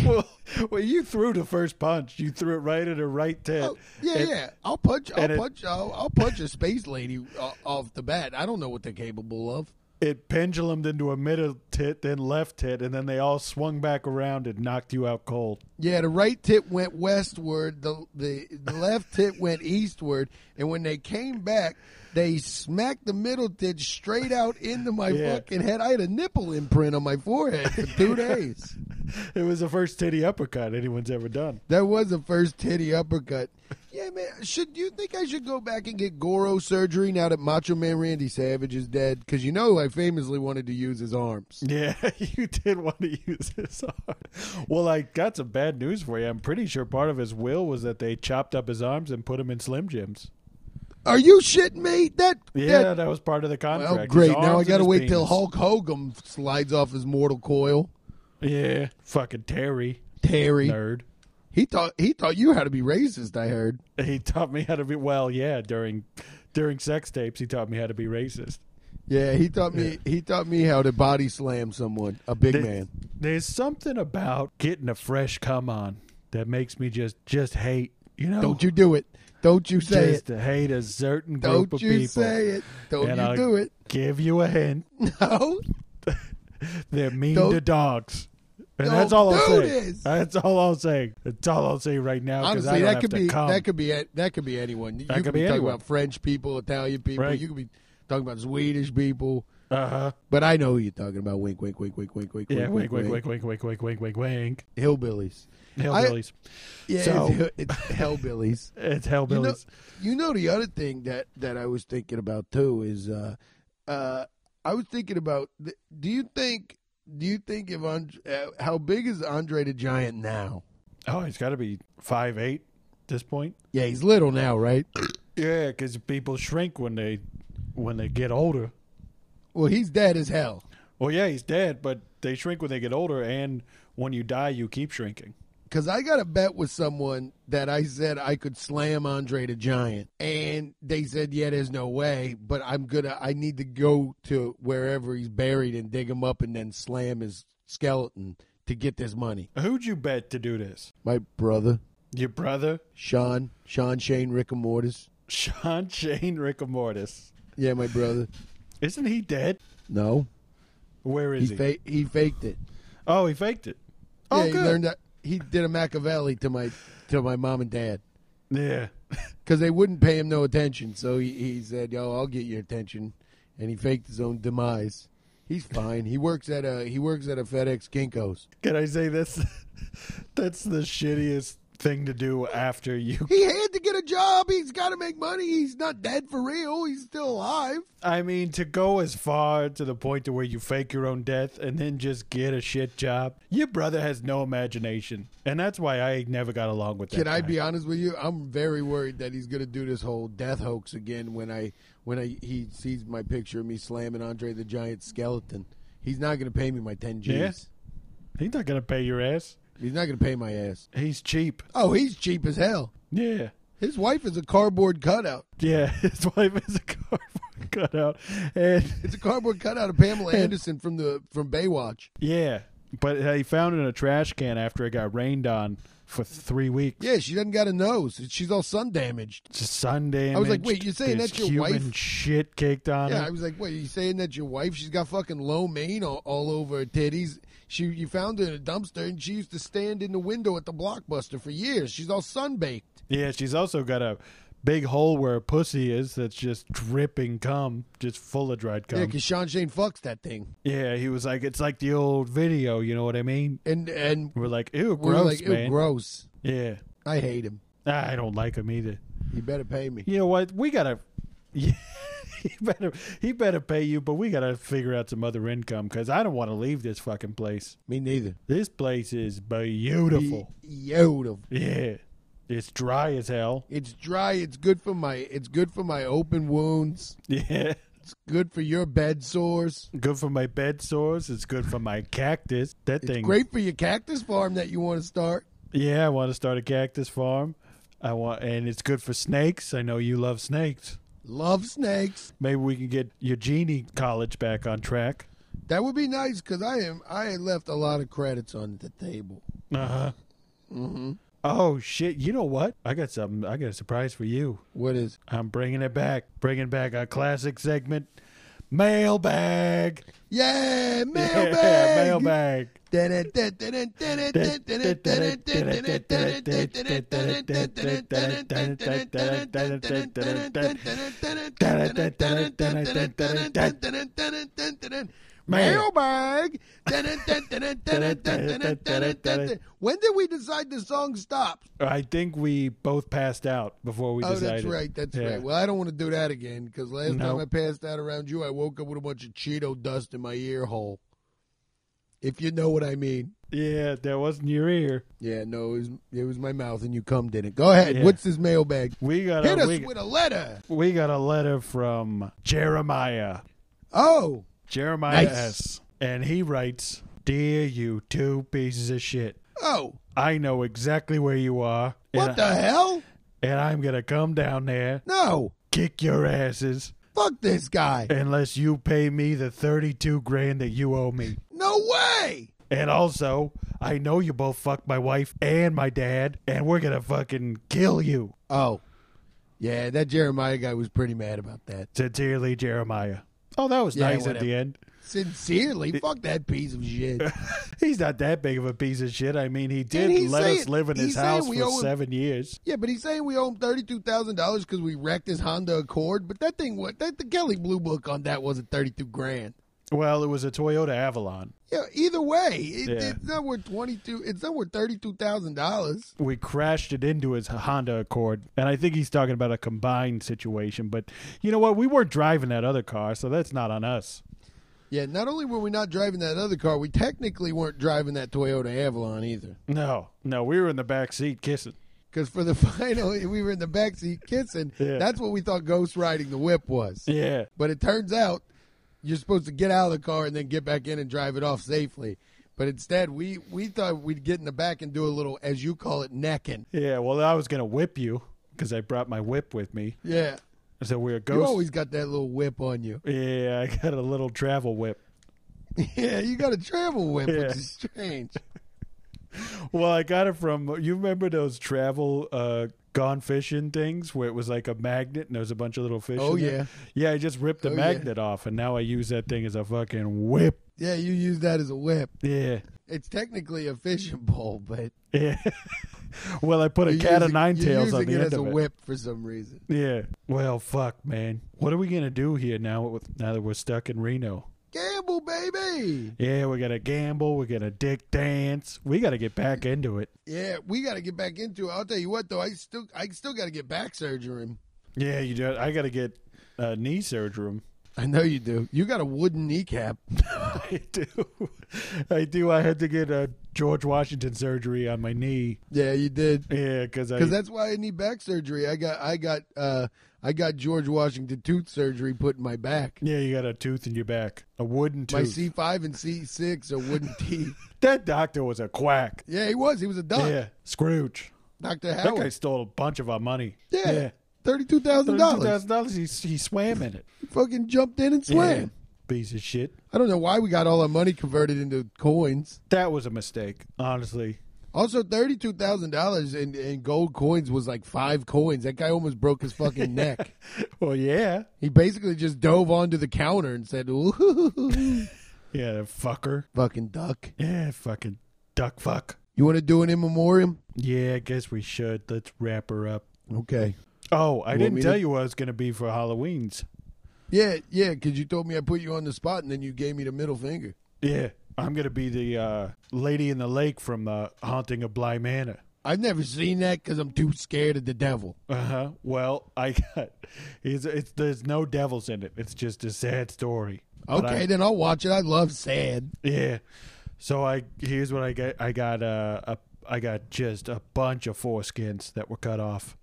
[SPEAKER 3] well, well, you threw the first punch. You threw it right at her right tit.
[SPEAKER 2] Oh, yeah,
[SPEAKER 3] And-
[SPEAKER 2] yeah. I'll punch. I'll
[SPEAKER 3] and it-
[SPEAKER 2] punch. I'll, I'll punch a space lady o- off the bat. I don't know what they're capable of.
[SPEAKER 3] it pendulumed into a middle tit, then left tit, and then they all swung back around and knocked you out cold.
[SPEAKER 2] Yeah, the right tit went westward. The the, the left tit went eastward. And when they came back, they smacked the middle tit straight out into my
[SPEAKER 3] Yeah.
[SPEAKER 2] fucking head. I had a nipple imprint on my forehead for two days.
[SPEAKER 3] It was the first titty uppercut anyone's ever done.
[SPEAKER 2] That was the first titty uppercut. Yeah, man. Should do you think I should go back and get Goro surgery now that Macho Man Randy Savage is dead? Because you know I famously wanted to use his arms.
[SPEAKER 3] Yeah, you did want to use his arm. Well, I got some bad news for you. I'm pretty sure part of his will was that they chopped up his arms and put him in Slim Jims.
[SPEAKER 2] Are you shitting me? That
[SPEAKER 3] Yeah,
[SPEAKER 2] that,
[SPEAKER 3] that was part of the contract.
[SPEAKER 2] well,
[SPEAKER 3] His
[SPEAKER 2] great.
[SPEAKER 3] arms
[SPEAKER 2] Now I
[SPEAKER 3] and
[SPEAKER 2] got to
[SPEAKER 3] his
[SPEAKER 2] wait till
[SPEAKER 3] penis.
[SPEAKER 2] Hulk Hogan slides off his mortal coil.
[SPEAKER 3] Yeah, fucking Terry,
[SPEAKER 2] Terry,
[SPEAKER 3] nerd.
[SPEAKER 2] he thought he thought you had to be racist. I heard.
[SPEAKER 3] He taught me how to be well. Yeah, during during sex tapes, he taught me how to be racist.
[SPEAKER 2] Yeah, he taught me he taught me how to body slam someone, a big
[SPEAKER 3] There-
[SPEAKER 2] man.
[SPEAKER 3] There's something about getting a fresh come on that makes me just just hate. You know,
[SPEAKER 2] Don't you do it. Don't you say
[SPEAKER 3] just
[SPEAKER 2] it.
[SPEAKER 3] hate a certain group
[SPEAKER 2] Don't
[SPEAKER 3] of
[SPEAKER 2] you
[SPEAKER 3] people.
[SPEAKER 2] say it. Don't
[SPEAKER 3] And
[SPEAKER 2] you
[SPEAKER 3] I'll
[SPEAKER 2] do it.
[SPEAKER 3] Give you a hint.
[SPEAKER 2] No.
[SPEAKER 3] They're mean
[SPEAKER 2] Don't-
[SPEAKER 3] to dogs. And
[SPEAKER 2] Don't
[SPEAKER 3] that's all I'll
[SPEAKER 2] do
[SPEAKER 3] say.
[SPEAKER 2] this.
[SPEAKER 3] That's all I'll say. That's all I'll say right now. 'cause
[SPEAKER 2] Honestly,
[SPEAKER 3] I don't
[SPEAKER 2] that
[SPEAKER 3] have
[SPEAKER 2] could
[SPEAKER 3] to
[SPEAKER 2] be
[SPEAKER 3] come.
[SPEAKER 2] that could be a- that could be anyone. You
[SPEAKER 3] That
[SPEAKER 2] could,
[SPEAKER 3] could
[SPEAKER 2] be,
[SPEAKER 3] be
[SPEAKER 2] talking
[SPEAKER 3] anyone.
[SPEAKER 2] about French people, Italian people.
[SPEAKER 3] Right.
[SPEAKER 2] You could be talking about Swedish people.
[SPEAKER 3] uh-huh.
[SPEAKER 2] But I know who you're talking about. Wink, wink, wink, wink, wink, wink,
[SPEAKER 3] Yeah,
[SPEAKER 2] wink,
[SPEAKER 3] wink, wink, wink, wink, wink, wink, wink, wink, wink.
[SPEAKER 2] Hillbillies.
[SPEAKER 3] Hellbillies.
[SPEAKER 2] Yeah,
[SPEAKER 3] So-
[SPEAKER 2] it's, it's hellbillies.
[SPEAKER 3] It's
[SPEAKER 2] you, know,
[SPEAKER 3] hellbillies.
[SPEAKER 2] you know the other thing that that I was thinking about too is uh, uh, I was thinking about th- do you think do you think if Andre, uh, how big is Andre the Giant now?
[SPEAKER 3] oh, he's got to be five eight at this point.
[SPEAKER 2] Yeah, he's little now, right?
[SPEAKER 3] Yeah, because people shrink when they when they get older.
[SPEAKER 2] Well, he's dead as hell.
[SPEAKER 3] Well, yeah, he's dead, but they shrink when they get older, and when you die, you keep shrinking.
[SPEAKER 2] Because I got a bet with someone that I said I could slam Andre the Giant. And they said, yeah, there's no way, but I'm going to, I need to go to wherever he's buried and dig him up and then slam his skeleton to get this money.
[SPEAKER 3] Who'd you bet to do this?
[SPEAKER 2] My brother,
[SPEAKER 3] Your brother,
[SPEAKER 2] Sean, Sean Shane Rickamortis.
[SPEAKER 3] Sean Shane Rickamortis.
[SPEAKER 2] Yeah, my brother.
[SPEAKER 3] Isn't he dead?
[SPEAKER 2] No,
[SPEAKER 3] Where
[SPEAKER 2] he,
[SPEAKER 3] is he?
[SPEAKER 2] fa- he faked it.
[SPEAKER 3] oh, he faked it. Oh,
[SPEAKER 2] yeah,
[SPEAKER 3] good.
[SPEAKER 2] he learned that he did a Machiavelli to my to my mom and dad
[SPEAKER 3] yeah.
[SPEAKER 2] because they wouldn't pay him no attention. So he, he said, "Yo, I'll get your attention," and he faked his own demise. He's fine. He works at a he works at a FedEx Kinkos.
[SPEAKER 3] Can I say that's that's the shittiest thing to do after you?
[SPEAKER 2] He had to get a job. He's got to make money. He's not dead for real. He's still alive.
[SPEAKER 3] I mean, to go as far to the point to where you fake your own death and then just get a shit job. Your brother has no imagination, and that's why I never got along with that.
[SPEAKER 2] Can I
[SPEAKER 3] guy.
[SPEAKER 2] be honest with you? I'm very worried that he's going to do this whole death hoax again when I when I he sees my picture of me slamming Andre the Giant's skeleton. He's not going to pay me my 10 Gs.
[SPEAKER 3] Yeah. He's not gonna pay your ass.
[SPEAKER 2] He's not going to pay my ass.
[SPEAKER 3] He's cheap.
[SPEAKER 2] Oh, he's cheap as hell.
[SPEAKER 3] Yeah.
[SPEAKER 2] His wife is a cardboard cutout.
[SPEAKER 3] Yeah, his wife is a cardboard cutout, and
[SPEAKER 2] It's a cardboard cutout of Pamela Anderson from the from Baywatch.
[SPEAKER 3] yeah, but he found it in a trash can after it got rained on for three weeks.
[SPEAKER 2] Yeah, she doesn't got a nose. She's all sun damaged.
[SPEAKER 3] Just sun damaged.
[SPEAKER 2] I was like, wait, you're saying
[SPEAKER 3] there's
[SPEAKER 2] that's your
[SPEAKER 3] human
[SPEAKER 2] wife?
[SPEAKER 3] Shit caked on
[SPEAKER 2] Yeah, I
[SPEAKER 3] her.
[SPEAKER 2] was like, wait, you saying that your wife? She's got fucking low mane all, all over her titties. She you found her in a dumpster and she used to stand in the window at the blockbuster for years. She's all sunbaked.
[SPEAKER 3] Yeah, she's also got a big hole where her pussy is that's just dripping cum, just full of dried
[SPEAKER 2] Yeah,
[SPEAKER 3] cum.
[SPEAKER 2] because Sean Shane fucks that thing.
[SPEAKER 3] yeah, he was like, it's like the old video, you know what I mean?
[SPEAKER 2] And and
[SPEAKER 3] We're like, ew,
[SPEAKER 2] we
[SPEAKER 3] gross,
[SPEAKER 2] are like, ew,
[SPEAKER 3] man.
[SPEAKER 2] gross.
[SPEAKER 3] yeah,
[SPEAKER 2] I hate him.
[SPEAKER 3] I don't like him either.
[SPEAKER 2] You better pay me.
[SPEAKER 3] You know what? We gotta. Yeah, he better he better pay you, but we gotta figure out some other income because I don't want to leave this fucking place.
[SPEAKER 2] Me neither.
[SPEAKER 3] This place is beautiful.
[SPEAKER 2] Beautiful.
[SPEAKER 3] Yeah, it's dry as hell.
[SPEAKER 2] It's dry. It's good for my. It's good for my open wounds.
[SPEAKER 3] Yeah.
[SPEAKER 2] It's good for your bed sores.
[SPEAKER 3] Good for my bed sores. It's good for my cactus. That
[SPEAKER 2] It's
[SPEAKER 3] thing.
[SPEAKER 2] great for your cactus farm that you want to start.
[SPEAKER 3] Yeah, I want to start a cactus farm. I want, and it's good for snakes. I know you love snakes.
[SPEAKER 2] Love snakes.
[SPEAKER 3] Maybe we can get Eugenie College back on track.
[SPEAKER 2] That would be nice because I am. I had left a lot of credits on the table.
[SPEAKER 3] Uh
[SPEAKER 2] Uh-huh.
[SPEAKER 3] huh. Oh shit! You know what? I got something. I got a surprise for you.
[SPEAKER 2] What is?
[SPEAKER 3] I'm bringing it back. Bringing back our classic segment, mailbag.
[SPEAKER 2] Yeah,
[SPEAKER 3] Yeah,
[SPEAKER 2] mailbag.
[SPEAKER 3] mailbag.
[SPEAKER 2] Mailbag. When did we decide the song stops?
[SPEAKER 3] I think we both passed out before we
[SPEAKER 2] Oh, that's
[SPEAKER 3] decided.
[SPEAKER 2] right. That's
[SPEAKER 3] Yeah.
[SPEAKER 2] right. Well, I don't want to do that again because last time
[SPEAKER 3] No.
[SPEAKER 2] I passed out around you, I woke up with a bunch of Cheeto dust in my ear hole. If you know what I mean.
[SPEAKER 3] Yeah, that wasn't your ear.
[SPEAKER 2] Yeah, no, it was, it was my mouth, and you come did it. Go ahead.
[SPEAKER 3] Yeah.
[SPEAKER 2] What's this mailbag?
[SPEAKER 3] We got
[SPEAKER 2] Hit
[SPEAKER 3] a
[SPEAKER 2] us
[SPEAKER 3] we,
[SPEAKER 2] with a letter.
[SPEAKER 3] we got a letter from Jeremiah.
[SPEAKER 2] Oh,
[SPEAKER 3] Jeremiah
[SPEAKER 2] Nice.
[SPEAKER 3] S. And he writes, "Dear you two pieces of shit,
[SPEAKER 2] oh,
[SPEAKER 3] I know exactly where you are,
[SPEAKER 2] what
[SPEAKER 3] and,
[SPEAKER 2] the hell?
[SPEAKER 3] and I'm gonna come down there,
[SPEAKER 2] No,
[SPEAKER 3] kick your asses,
[SPEAKER 2] fuck this guy.
[SPEAKER 3] unless you pay me the thirty-two grand that you owe me."
[SPEAKER 2] No way.
[SPEAKER 3] And also, I know you both fucked my wife and my dad, and we're gonna fucking kill you.
[SPEAKER 2] Oh, yeah, that Jeremiah guy was pretty mad about that.
[SPEAKER 3] Sincerely, Jeremiah. Oh, that was
[SPEAKER 2] Yeah,
[SPEAKER 3] nice at
[SPEAKER 2] whatever.
[SPEAKER 3] the end.
[SPEAKER 2] Sincerely, fuck that piece of shit.
[SPEAKER 3] He's not that big of a piece of shit. I mean, he did
[SPEAKER 2] he
[SPEAKER 3] let
[SPEAKER 2] say
[SPEAKER 3] us
[SPEAKER 2] it-
[SPEAKER 3] live in
[SPEAKER 2] he
[SPEAKER 3] his
[SPEAKER 2] said
[SPEAKER 3] house
[SPEAKER 2] we
[SPEAKER 3] for
[SPEAKER 2] owe him-
[SPEAKER 3] seven years.
[SPEAKER 2] Yeah, but he's saying we owe him thirty two thousand dollars because we wrecked his Honda Accord. But that thing, what that the Kelly Blue Book on that wasn't thirty two grand.
[SPEAKER 3] Well, it was a Toyota Avalon.
[SPEAKER 2] Yeah, either way, it,
[SPEAKER 3] Yeah.
[SPEAKER 2] it's not worth twenty two. It's not worth thirty two thousand dollars.
[SPEAKER 3] We crashed it into his Honda Accord, and I think he's talking about a combined situation. But you know what? We weren't driving that other car, so that's not on us.
[SPEAKER 2] Yeah, not only were we not driving that other car, we technically weren't driving that Toyota Avalon either.
[SPEAKER 3] No, no, we were in the back seat kissing.
[SPEAKER 2] Because for the final, we were in the backseat kissing.
[SPEAKER 3] Yeah.
[SPEAKER 2] That's what we thought ghost riding the whip was.
[SPEAKER 3] Yeah,
[SPEAKER 2] But it turns out You're supposed to get out of the car and then get back in and drive it off safely. But instead, we, we thought we'd get in the back and do a little, as you call it, necking.
[SPEAKER 3] Yeah, well, I was gonna whip you because I brought my whip with me.
[SPEAKER 2] Yeah.
[SPEAKER 3] So we were
[SPEAKER 2] You
[SPEAKER 3] ghost.
[SPEAKER 2] always got that little whip on you.
[SPEAKER 3] yeah, I got a little travel whip.
[SPEAKER 2] Yeah, you got a travel whip,
[SPEAKER 3] Yeah.
[SPEAKER 2] which is strange.
[SPEAKER 3] Well, I got it from you remember those travel uh gone fishing things where it was like a magnet and there was a bunch of little fish.
[SPEAKER 2] Oh,
[SPEAKER 3] in there?
[SPEAKER 2] yeah.
[SPEAKER 3] Yeah, I just ripped the
[SPEAKER 2] Oh, yeah.
[SPEAKER 3] magnet off and now I use that thing as a fucking whip.
[SPEAKER 2] Yeah, you use that as a whip.
[SPEAKER 3] Yeah.
[SPEAKER 2] It's technically a fishing pole, but
[SPEAKER 3] Yeah. well, I put a
[SPEAKER 2] you're
[SPEAKER 3] cat of
[SPEAKER 2] using-
[SPEAKER 3] nine
[SPEAKER 2] you're
[SPEAKER 3] tails on
[SPEAKER 2] using
[SPEAKER 3] the
[SPEAKER 2] it
[SPEAKER 3] end
[SPEAKER 2] as
[SPEAKER 3] of
[SPEAKER 2] a
[SPEAKER 3] it.
[SPEAKER 2] whip for some reason.
[SPEAKER 3] Yeah. Well, fuck, man. What are we gonna do here now? With, now that we're stuck in Reno.
[SPEAKER 2] Gamble, baby.
[SPEAKER 3] Yeah, we're gonna gamble. We're gonna dick dance. We gotta get back into it.
[SPEAKER 2] Yeah, we got to get back into it. I'll tell you what, though, I still, I still got to get back surgery.
[SPEAKER 3] Yeah, you do. I gotta get uh, knee surgery.
[SPEAKER 2] I know you do. You got a wooden kneecap.
[SPEAKER 3] I do. I do. I had to get a George Washington surgery on my knee.
[SPEAKER 2] Yeah, you did.
[SPEAKER 3] Yeah, because I.
[SPEAKER 2] Because that's why I need back surgery. I got, I got, uh, I got George Washington tooth surgery put in my back.
[SPEAKER 3] yeah, you got a tooth in your back, a wooden
[SPEAKER 2] My
[SPEAKER 3] tooth.
[SPEAKER 2] C five and C six are wooden teeth.
[SPEAKER 3] that doctor was a quack.
[SPEAKER 2] Yeah, he was. He was a doc,
[SPEAKER 3] Yeah, Scrooge.
[SPEAKER 2] Doctor
[SPEAKER 3] That
[SPEAKER 2] Howard.
[SPEAKER 3] guy stole a bunch of our money.
[SPEAKER 2] yeah, thirty-two thousand
[SPEAKER 3] Thirty-two
[SPEAKER 2] dollars.
[SPEAKER 3] thousand dollars. He he swam in it.
[SPEAKER 2] He fucking jumped in and swam.
[SPEAKER 3] Yeah. Piece of shit.
[SPEAKER 2] I don't know why we got all our money converted into coins.
[SPEAKER 3] That was a mistake, honestly.
[SPEAKER 2] Also, thirty-two thousand dollars in in gold coins was like five coins. That guy almost broke his fucking neck.
[SPEAKER 3] Well, yeah,
[SPEAKER 2] He basically just dove onto the counter and said, "Ooh,
[SPEAKER 3] yeah, that fucker.
[SPEAKER 2] fucking duck."
[SPEAKER 3] Yeah, fucking duck fuck.
[SPEAKER 2] You want to do an in memoriam?
[SPEAKER 3] Yeah, I guess we should. Let's wrap her up.
[SPEAKER 2] Okay.
[SPEAKER 3] Oh, I
[SPEAKER 2] want
[SPEAKER 3] didn't
[SPEAKER 2] me
[SPEAKER 3] tell
[SPEAKER 2] to-
[SPEAKER 3] you what I was gonna be for Halloween's.
[SPEAKER 2] Yeah, yeah, because you told me I put you on the spot and then you gave me the middle finger.
[SPEAKER 3] Yeah, I'm gonna be the uh, lady in the lake from the Haunting of Bly Manor.
[SPEAKER 2] I've never seen that because I'm too scared of the devil.
[SPEAKER 3] Uh huh. Well, I got it's, it's there's no devils in it. It's just a sad story. But
[SPEAKER 2] Okay,
[SPEAKER 3] I-
[SPEAKER 2] then I'll watch it. I love sad.
[SPEAKER 3] yeah. So I here's what I got. I got uh, a I got just a bunch of foreskins that were cut off.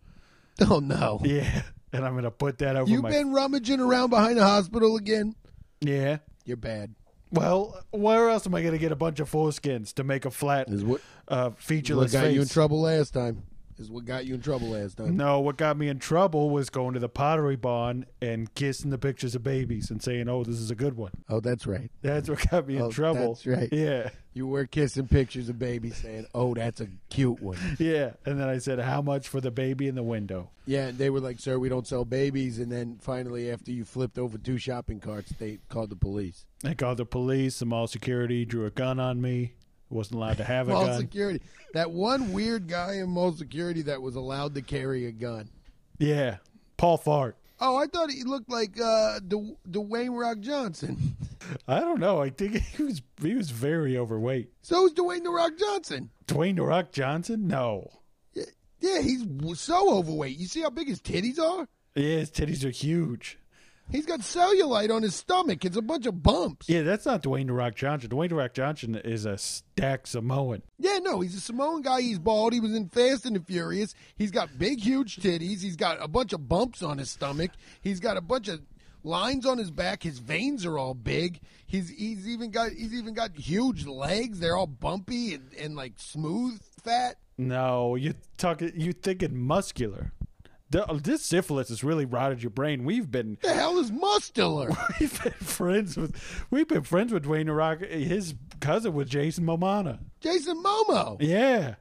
[SPEAKER 2] Oh no,
[SPEAKER 3] Yeah, and I'm gonna put that over
[SPEAKER 2] you've
[SPEAKER 3] my
[SPEAKER 2] been rummaging around behind the hospital again.
[SPEAKER 3] yeah.
[SPEAKER 2] You're bad.
[SPEAKER 3] Well, where else am I gonna get a bunch of foreskins to make a flat
[SPEAKER 2] Is what
[SPEAKER 3] uh,
[SPEAKER 2] what
[SPEAKER 3] featureless
[SPEAKER 2] got
[SPEAKER 3] face?
[SPEAKER 2] you in trouble last time? Is what got you in trouble last time?
[SPEAKER 3] No, what got me in trouble was going to the pottery barn and kissing the pictures of babies and saying, "Oh, this is a good one."
[SPEAKER 2] Oh, that's right.
[SPEAKER 3] That's what got me in
[SPEAKER 2] Oh,
[SPEAKER 3] trouble.
[SPEAKER 2] that's right.
[SPEAKER 3] Yeah,
[SPEAKER 2] You were kissing pictures of babies, saying, "Oh, that's a cute one."
[SPEAKER 3] yeah. And then I said, "How much for the baby in the window?"
[SPEAKER 2] Yeah, and they were like, "Sir, we don't sell babies." And then finally, after you flipped over two shopping carts, they called the police.
[SPEAKER 3] I called the police. The mall security drew a gun on me. wasn't allowed to have a
[SPEAKER 2] Mall
[SPEAKER 3] gun.
[SPEAKER 2] security. That one weird guy in mall security that was allowed to carry a gun.
[SPEAKER 3] yeah, Paul Fart.
[SPEAKER 2] Oh, I thought he looked like uh, the Dwayne Rock Johnson.
[SPEAKER 3] I don't know. I think he was he was very overweight.
[SPEAKER 2] So is Dwayne the Rock Johnson.
[SPEAKER 3] Dwayne the Rock Johnson? No.
[SPEAKER 2] Yeah, yeah, he's w- so overweight. You see how big his titties are?
[SPEAKER 3] Yeah, his titties are huge.
[SPEAKER 2] He's got cellulite on his stomach. It's a bunch of bumps.
[SPEAKER 3] Yeah, that's not Dwayne the Rock Johnson. Dwayne the Rock Johnson is a stack Samoan.
[SPEAKER 2] Yeah, no, he's a Samoan guy. He's bald. He was in Fast and the Furious. He's got big, huge titties. He's got a bunch of bumps on his stomach. He's got a bunch of lines on his back. His veins are all big. He's he's even got he's even got huge legs. They're all bumpy and, and like smooth fat.
[SPEAKER 3] No, you talking. You thinking muscular? The- uh, this syphilis has really rotted your brain. We've been
[SPEAKER 2] The hell is muscular?
[SPEAKER 3] we've been friends with we've been friends with Dwayne The Rock. His cousin was Jason Momana.
[SPEAKER 2] Jason Momo.
[SPEAKER 3] Yeah,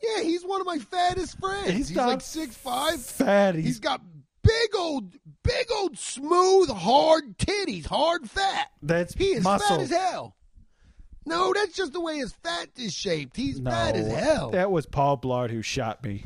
[SPEAKER 2] Yeah, he's one of my fattest friends.
[SPEAKER 3] He's
[SPEAKER 2] He's,
[SPEAKER 3] not
[SPEAKER 2] like six five.
[SPEAKER 3] fat. He's,
[SPEAKER 2] He's got big old, big old, smooth, hard titties, hard fat.
[SPEAKER 3] that's
[SPEAKER 2] He is
[SPEAKER 3] muscle.
[SPEAKER 2] fat as hell. No, that's just the way his fat is shaped. He's
[SPEAKER 3] no,
[SPEAKER 2] fat as hell.
[SPEAKER 3] That was Paul Blart who shot me.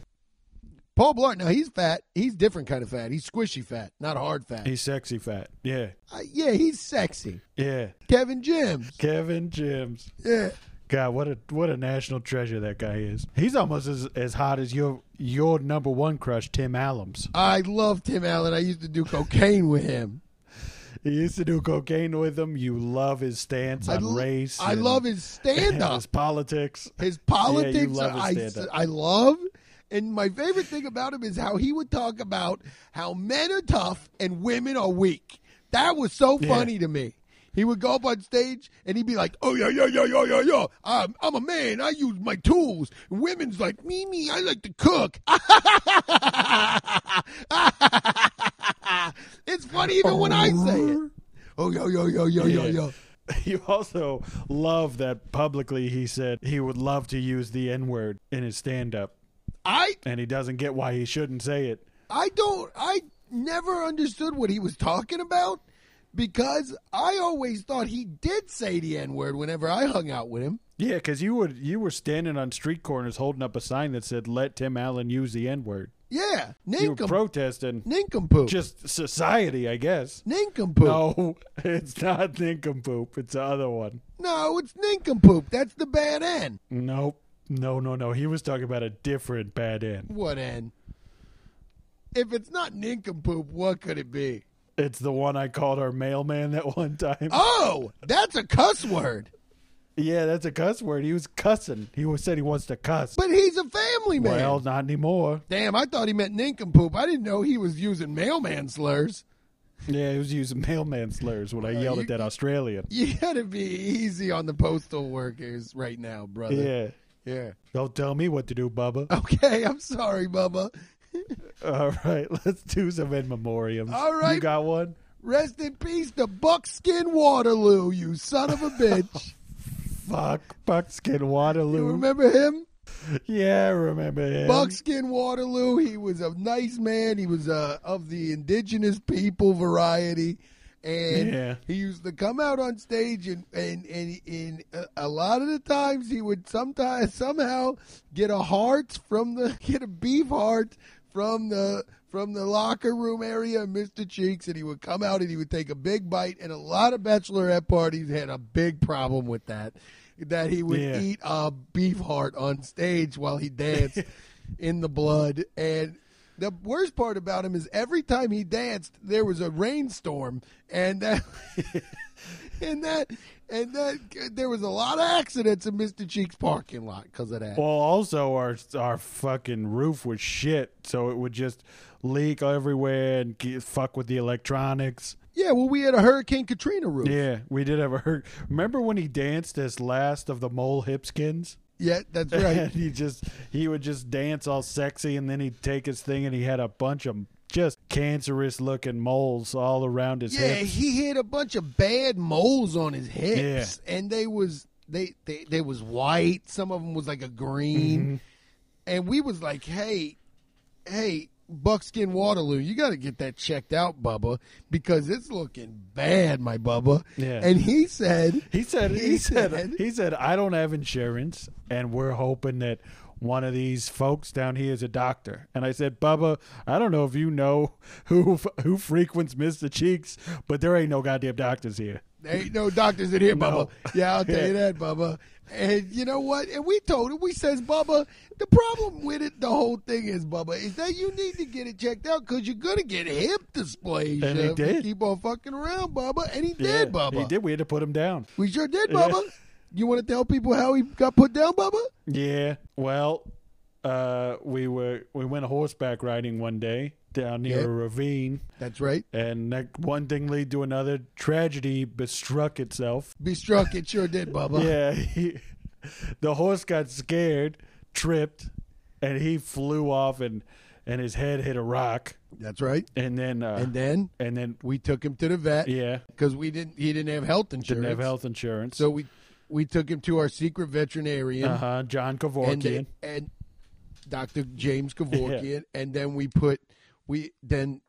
[SPEAKER 2] Paul Blart. Now he's fat. He's different kind of fat. He's squishy fat, not hard fat.
[SPEAKER 3] He's sexy fat. Yeah,
[SPEAKER 2] Uh, yeah, he's sexy.
[SPEAKER 3] yeah.
[SPEAKER 2] Kevin James.
[SPEAKER 3] Kevin Jims.
[SPEAKER 2] Yeah.
[SPEAKER 3] God, what a what a national treasure that guy is. He's almost as, as hot as your your number one crush, Tim Allums.
[SPEAKER 2] I love Tim Allen. I used to do cocaine with him.
[SPEAKER 3] You used to do cocaine with him. You love his stance
[SPEAKER 2] I
[SPEAKER 3] on
[SPEAKER 2] l-
[SPEAKER 3] race.
[SPEAKER 2] I
[SPEAKER 3] and-
[SPEAKER 2] love his stand
[SPEAKER 3] and
[SPEAKER 2] up.
[SPEAKER 3] his politics.
[SPEAKER 2] His
[SPEAKER 3] Yeah, you
[SPEAKER 2] politics,
[SPEAKER 3] love his
[SPEAKER 2] I,
[SPEAKER 3] stand-up.
[SPEAKER 2] I love. And my favorite thing about him is how he would talk about how men are tough and women are weak. That was so
[SPEAKER 3] Yeah.
[SPEAKER 2] funny to me. He would go up on stage and he'd be like, "Oh yeah, yeah, yeah, yeah, yeah, yeah. I'm, I'm a man. I use my tools. And women's like me, me. I like to cook. it's funny even when I say it. Oh yo yo yo yo yo
[SPEAKER 3] Yeah.
[SPEAKER 2] yo.
[SPEAKER 3] You also love that publicly he said he would love to use the N word in his stand up,
[SPEAKER 2] I
[SPEAKER 3] and he doesn't get why he shouldn't say it.
[SPEAKER 2] I don't. I never understood what he was talking about because I always thought he did say the N word whenever I hung out with him.
[SPEAKER 3] Yeah, because you would you were standing on street corners holding up a sign that said "Let Tim Allen use the N word."
[SPEAKER 2] Yeah,
[SPEAKER 3] You were
[SPEAKER 2] nincom
[SPEAKER 3] protesting
[SPEAKER 2] nincompoop,
[SPEAKER 3] just society, I guess.
[SPEAKER 2] nincompoop.
[SPEAKER 3] No, it's not nincompoop. It's the other one.
[SPEAKER 2] No, it's nincompoop. That's the bad end.
[SPEAKER 3] Nope. No, no, no. He was talking about a different bad end.
[SPEAKER 2] What end? If it's not nincompoop, what could it be?
[SPEAKER 3] It's the one I called our mailman that one time.
[SPEAKER 2] Oh, that's a cuss word.
[SPEAKER 3] Yeah, that's a cuss word. He was cussing. He was said he wants to cuss.
[SPEAKER 2] But he's a family man.
[SPEAKER 3] Well, not anymore.
[SPEAKER 2] Damn, I thought he meant nincompoop. I didn't know he was using mailman slurs.
[SPEAKER 3] Yeah, he was using mailman slurs when I
[SPEAKER 2] Well,
[SPEAKER 3] yelled
[SPEAKER 2] you-
[SPEAKER 3] at that Australian.
[SPEAKER 2] You gotta be easy on the postal workers right now, brother.
[SPEAKER 3] Yeah.
[SPEAKER 2] Yeah.
[SPEAKER 3] Don't tell me what to do, Bubba.
[SPEAKER 2] Okay, I'm sorry, Bubba.
[SPEAKER 3] All right, let's do some in memoriam.
[SPEAKER 2] All right.
[SPEAKER 3] You got one?
[SPEAKER 2] Rest in peace to Buckskin Waterloo, you son of a bitch.
[SPEAKER 3] Fuck. Buckskin
[SPEAKER 2] you
[SPEAKER 3] Waterloo.
[SPEAKER 2] remember him?
[SPEAKER 3] yeah, I remember him.
[SPEAKER 2] Buckskin Waterloo. He was a nice man. He was uh, of the indigenous people variety. And
[SPEAKER 3] Yeah.
[SPEAKER 2] he used to come out on stage, and and and, and a, a lot of the times he would sometimes somehow get a heart from the get a beef heart from the from the locker room area, of Mr. Cheeks, and he would come out and he would take a big bite. And a lot of bachelorette parties had a big problem with that, that he would
[SPEAKER 3] Yeah.
[SPEAKER 2] eat eat a beef heart on stage while he danced in the blood. And the worst part about him is every time he danced, there was a rainstorm, and that. And that, and that, there was a lot of accidents in Mr. Cheek's parking lot because of that.
[SPEAKER 3] Well, also our our fucking roof was shit, so it would just leak everywhere and ge- fuck with the electronics.
[SPEAKER 2] Yeah, well, we had a Hurricane Katrina roof.
[SPEAKER 3] Yeah, we did have a hurt. Remember when he danced as last of the mole hipskins?
[SPEAKER 2] yeah that's
[SPEAKER 3] And
[SPEAKER 2] right.
[SPEAKER 3] he just he would just dance all sexy, and then he'd take his thing, and he had a bunch of just cancerous looking moles all around his
[SPEAKER 2] Yeah,
[SPEAKER 3] hips.
[SPEAKER 2] he had a bunch of bad moles on his hips, and they was they they they was white. Some of them was like a green,
[SPEAKER 3] Mm-hmm.
[SPEAKER 2] and we was like, hey, hey, Buckskin Waterloo, you got to get that checked out, Bubba, because it's looking bad, my Bubba.
[SPEAKER 3] Yeah.
[SPEAKER 2] And he said,
[SPEAKER 3] He said he,
[SPEAKER 2] He
[SPEAKER 3] said,
[SPEAKER 2] said-
[SPEAKER 3] he said I don't have insurance and we're hoping that one of these folks down here is a doctor. And I said, Bubba, I don't know if you know who who frequents Mr. Cheeks, but there ain't no goddamn doctors here.
[SPEAKER 2] There ain't no doctors in here,
[SPEAKER 3] No.
[SPEAKER 2] Bubba. Yeah, I'll tell you that, Bubba. And you know what? And we told him, we says, Bubba, the problem with it, the whole thing is, Bubba, is that you need to get it checked out because you're going to get hip dysplasia
[SPEAKER 3] And he
[SPEAKER 2] if you
[SPEAKER 3] did.
[SPEAKER 2] keep on fucking around, Bubba. And he
[SPEAKER 3] Yeah,
[SPEAKER 2] did, Bubba.
[SPEAKER 3] He did. We had to put him down.
[SPEAKER 2] We sure did,
[SPEAKER 3] Yeah.
[SPEAKER 2] Bubba. You want to tell people how he got put down, Bubba?
[SPEAKER 3] Yeah. Well, uh, we were we went horseback riding one day down near
[SPEAKER 2] Yeah.
[SPEAKER 3] a ravine,
[SPEAKER 2] That's right.
[SPEAKER 3] and that one thing lead to another. Tragedy bestruck itself.
[SPEAKER 2] Be struck. It sure did, Bubba.
[SPEAKER 3] Yeah, he, the horse got scared, tripped, and he flew off and and his head hit a rock,
[SPEAKER 2] That's right.
[SPEAKER 3] and then uh,
[SPEAKER 2] And then
[SPEAKER 3] and then
[SPEAKER 2] we took him to the vet
[SPEAKER 3] yeah,
[SPEAKER 2] because we didn't. He didn't have health insurance.
[SPEAKER 3] didn't have health insurance.
[SPEAKER 2] So we we took him to our secret veterinarian.
[SPEAKER 3] uh huh, John
[SPEAKER 2] and,
[SPEAKER 3] Kevorkian.
[SPEAKER 2] then- and Dr. James Kevorkian, and then we put we then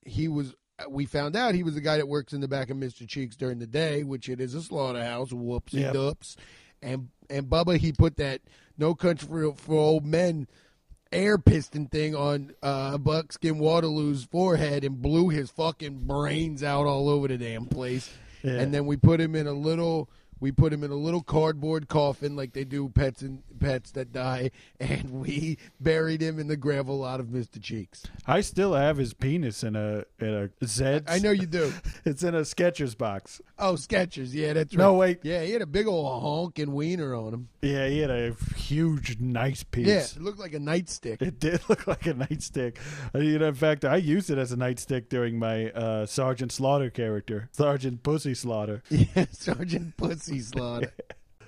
[SPEAKER 2] he was we found out he was the guy that works in the back of Mr. Cheeks during the day, which it is a slaughterhouse, whoopsie
[SPEAKER 3] Yep.
[SPEAKER 2] doops, and and Bubba he put that No Country for, for Old Men air piston thing on uh, Buckskin Waterloo's forehead and blew his fucking brains out all over the damn place,
[SPEAKER 3] Yeah.
[SPEAKER 2] and then we put him in a little We put him in a little cardboard coffin like they do pets and pets that die, and we buried him in the gravel lot of Mr. Cheeks.
[SPEAKER 3] I still have his penis in a in a Zed.
[SPEAKER 2] I know you do.
[SPEAKER 3] it's in a Skechers box.
[SPEAKER 2] Oh, Skechers, yeah, that's right.
[SPEAKER 3] No, wait.
[SPEAKER 2] yeah, he had a big old honk and wiener on him.
[SPEAKER 3] Yeah, he had a huge, nice
[SPEAKER 2] Yeah,
[SPEAKER 3] piece.
[SPEAKER 2] it looked like a nightstick.
[SPEAKER 3] It did look like a nightstick. Uh, You know, in fact, I used it as a nightstick during my uh, Sergeant Slaughter character, Sergeant Pussy Slaughter.
[SPEAKER 2] Yeah, Sergeant Pussy Slaughter.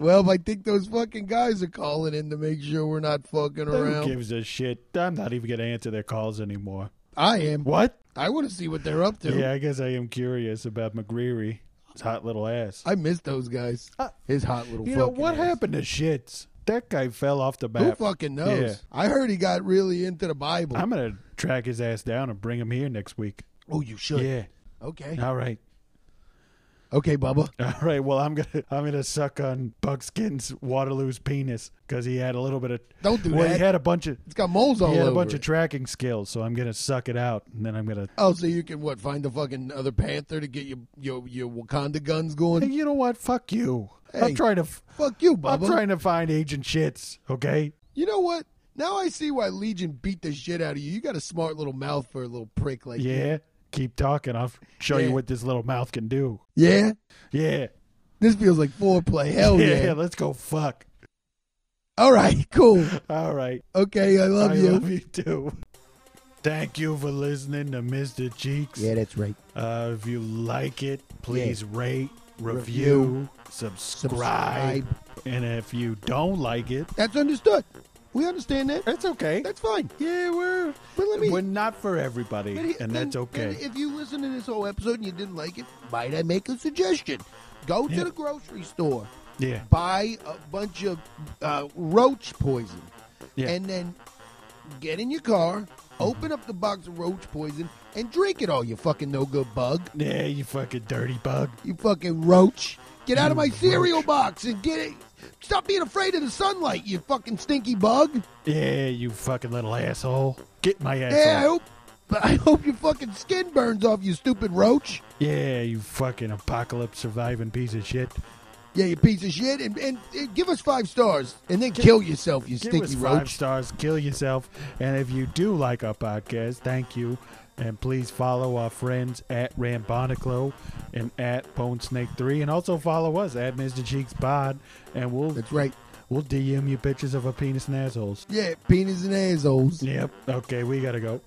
[SPEAKER 2] well, I think those fucking guys are calling in to make sure we're not fucking
[SPEAKER 3] Who
[SPEAKER 2] around.
[SPEAKER 3] gives a shit? I'm not even gonna answer their calls anymore.
[SPEAKER 2] I am.
[SPEAKER 3] What?
[SPEAKER 2] I want to see what they're up to.
[SPEAKER 3] Yeah, I guess I am curious about McGreery. His hot little ass.
[SPEAKER 2] I miss those guys.
[SPEAKER 3] Uh,
[SPEAKER 2] His hot little.
[SPEAKER 3] you know
[SPEAKER 2] fucking
[SPEAKER 3] what
[SPEAKER 2] ass.
[SPEAKER 3] happened to shits? That guy fell off the
[SPEAKER 2] Who
[SPEAKER 3] map.
[SPEAKER 2] fucking knows?
[SPEAKER 3] Yeah.
[SPEAKER 2] I heard he got really into the Bible.
[SPEAKER 3] I'm gonna track his ass down and bring him here next week.
[SPEAKER 2] oh, you should.
[SPEAKER 3] Yeah.
[SPEAKER 2] Okay.
[SPEAKER 3] All right.
[SPEAKER 2] Okay, Bubba.
[SPEAKER 3] All right. Well, I'm gonna I'm gonna suck on Buckskin's Waterloo's penis because he had a little bit of.
[SPEAKER 2] Don't do
[SPEAKER 3] well,
[SPEAKER 2] that.
[SPEAKER 3] he had a bunch of.
[SPEAKER 2] It's got moles all
[SPEAKER 3] he had
[SPEAKER 2] over.
[SPEAKER 3] a bunch
[SPEAKER 2] it.
[SPEAKER 3] of tracking skills, so I'm gonna suck it out, and then I'm gonna.
[SPEAKER 2] oh, so you can what? Find the fucking other Panther to get your your your Wakanda guns
[SPEAKER 3] Hey,
[SPEAKER 2] going.
[SPEAKER 3] you know what? Fuck you.
[SPEAKER 2] Hey.
[SPEAKER 3] I'm trying to. f-
[SPEAKER 2] Fuck you,
[SPEAKER 3] I'm
[SPEAKER 2] Bubba.
[SPEAKER 3] trying to find Agent Shits. Okay.
[SPEAKER 2] You know what? Now I see why Legion beat the shit out of you. You got a smart little mouth for a little prick like you.
[SPEAKER 3] Yeah. Keep talking. I'll show
[SPEAKER 2] Yeah.
[SPEAKER 3] you what this little mouth can do.
[SPEAKER 2] Yeah.
[SPEAKER 3] Yeah.
[SPEAKER 2] This feels like foreplay. Hell Oh, yeah.
[SPEAKER 3] Let's go. Fuck.
[SPEAKER 2] All right, cool.
[SPEAKER 3] All right.
[SPEAKER 2] Okay, I love
[SPEAKER 3] I
[SPEAKER 2] you.
[SPEAKER 3] love you too. Thank you for listening to Mr. Cheeks.
[SPEAKER 2] Yeah, that's right.
[SPEAKER 3] Uh, if you like it, please rate, review,
[SPEAKER 2] Review,
[SPEAKER 3] subscribe. And if you don't like it,
[SPEAKER 2] That's understood. We understand that.
[SPEAKER 3] it's okay.
[SPEAKER 2] That's fine.
[SPEAKER 3] yeah, we're
[SPEAKER 2] But let me-
[SPEAKER 3] we're not for everybody,
[SPEAKER 2] But he-
[SPEAKER 3] and that's
[SPEAKER 2] then-
[SPEAKER 3] okay.
[SPEAKER 2] then If you listen to this whole episode and you didn't like it, might I make a suggestion? Go to
[SPEAKER 3] Yeah.
[SPEAKER 2] the grocery store,
[SPEAKER 3] yeah,
[SPEAKER 2] buy a bunch of uh, roach poison,
[SPEAKER 3] Yeah.
[SPEAKER 2] and then get in your car, open up the box of roach poison, and drink it all, you fucking no good bug.
[SPEAKER 3] yeah, you fucking dirty bug.
[SPEAKER 2] You fucking roach. Get out of my
[SPEAKER 3] You
[SPEAKER 2] cereal
[SPEAKER 3] roach.
[SPEAKER 2] box and get it. Stop being afraid of the sunlight, you fucking stinky bug.
[SPEAKER 3] Yeah, you fucking little asshole. Get my ass.
[SPEAKER 2] Yeah, I
[SPEAKER 3] off.
[SPEAKER 2] hope I hope your fucking skin burns off, you stupid roach.
[SPEAKER 3] Yeah, you fucking apocalypse surviving piece of shit.
[SPEAKER 2] Yeah, you piece of shit. And, and, and give us five stars and then kill yourself, you
[SPEAKER 3] Give us
[SPEAKER 2] stinky
[SPEAKER 3] five
[SPEAKER 2] roach.
[SPEAKER 3] stars. Kill yourself. And if you do like our podcast, thank you. And please follow our friends at Ramboniclo and at Bonesnake3. And also follow us at Mr. Cheeks Pod. And we'll
[SPEAKER 2] That's right.
[SPEAKER 3] we'll DM you pictures of our penis and assholes.
[SPEAKER 2] Yeah, penis and assholes.
[SPEAKER 3] Yep. Okay, we gotta go.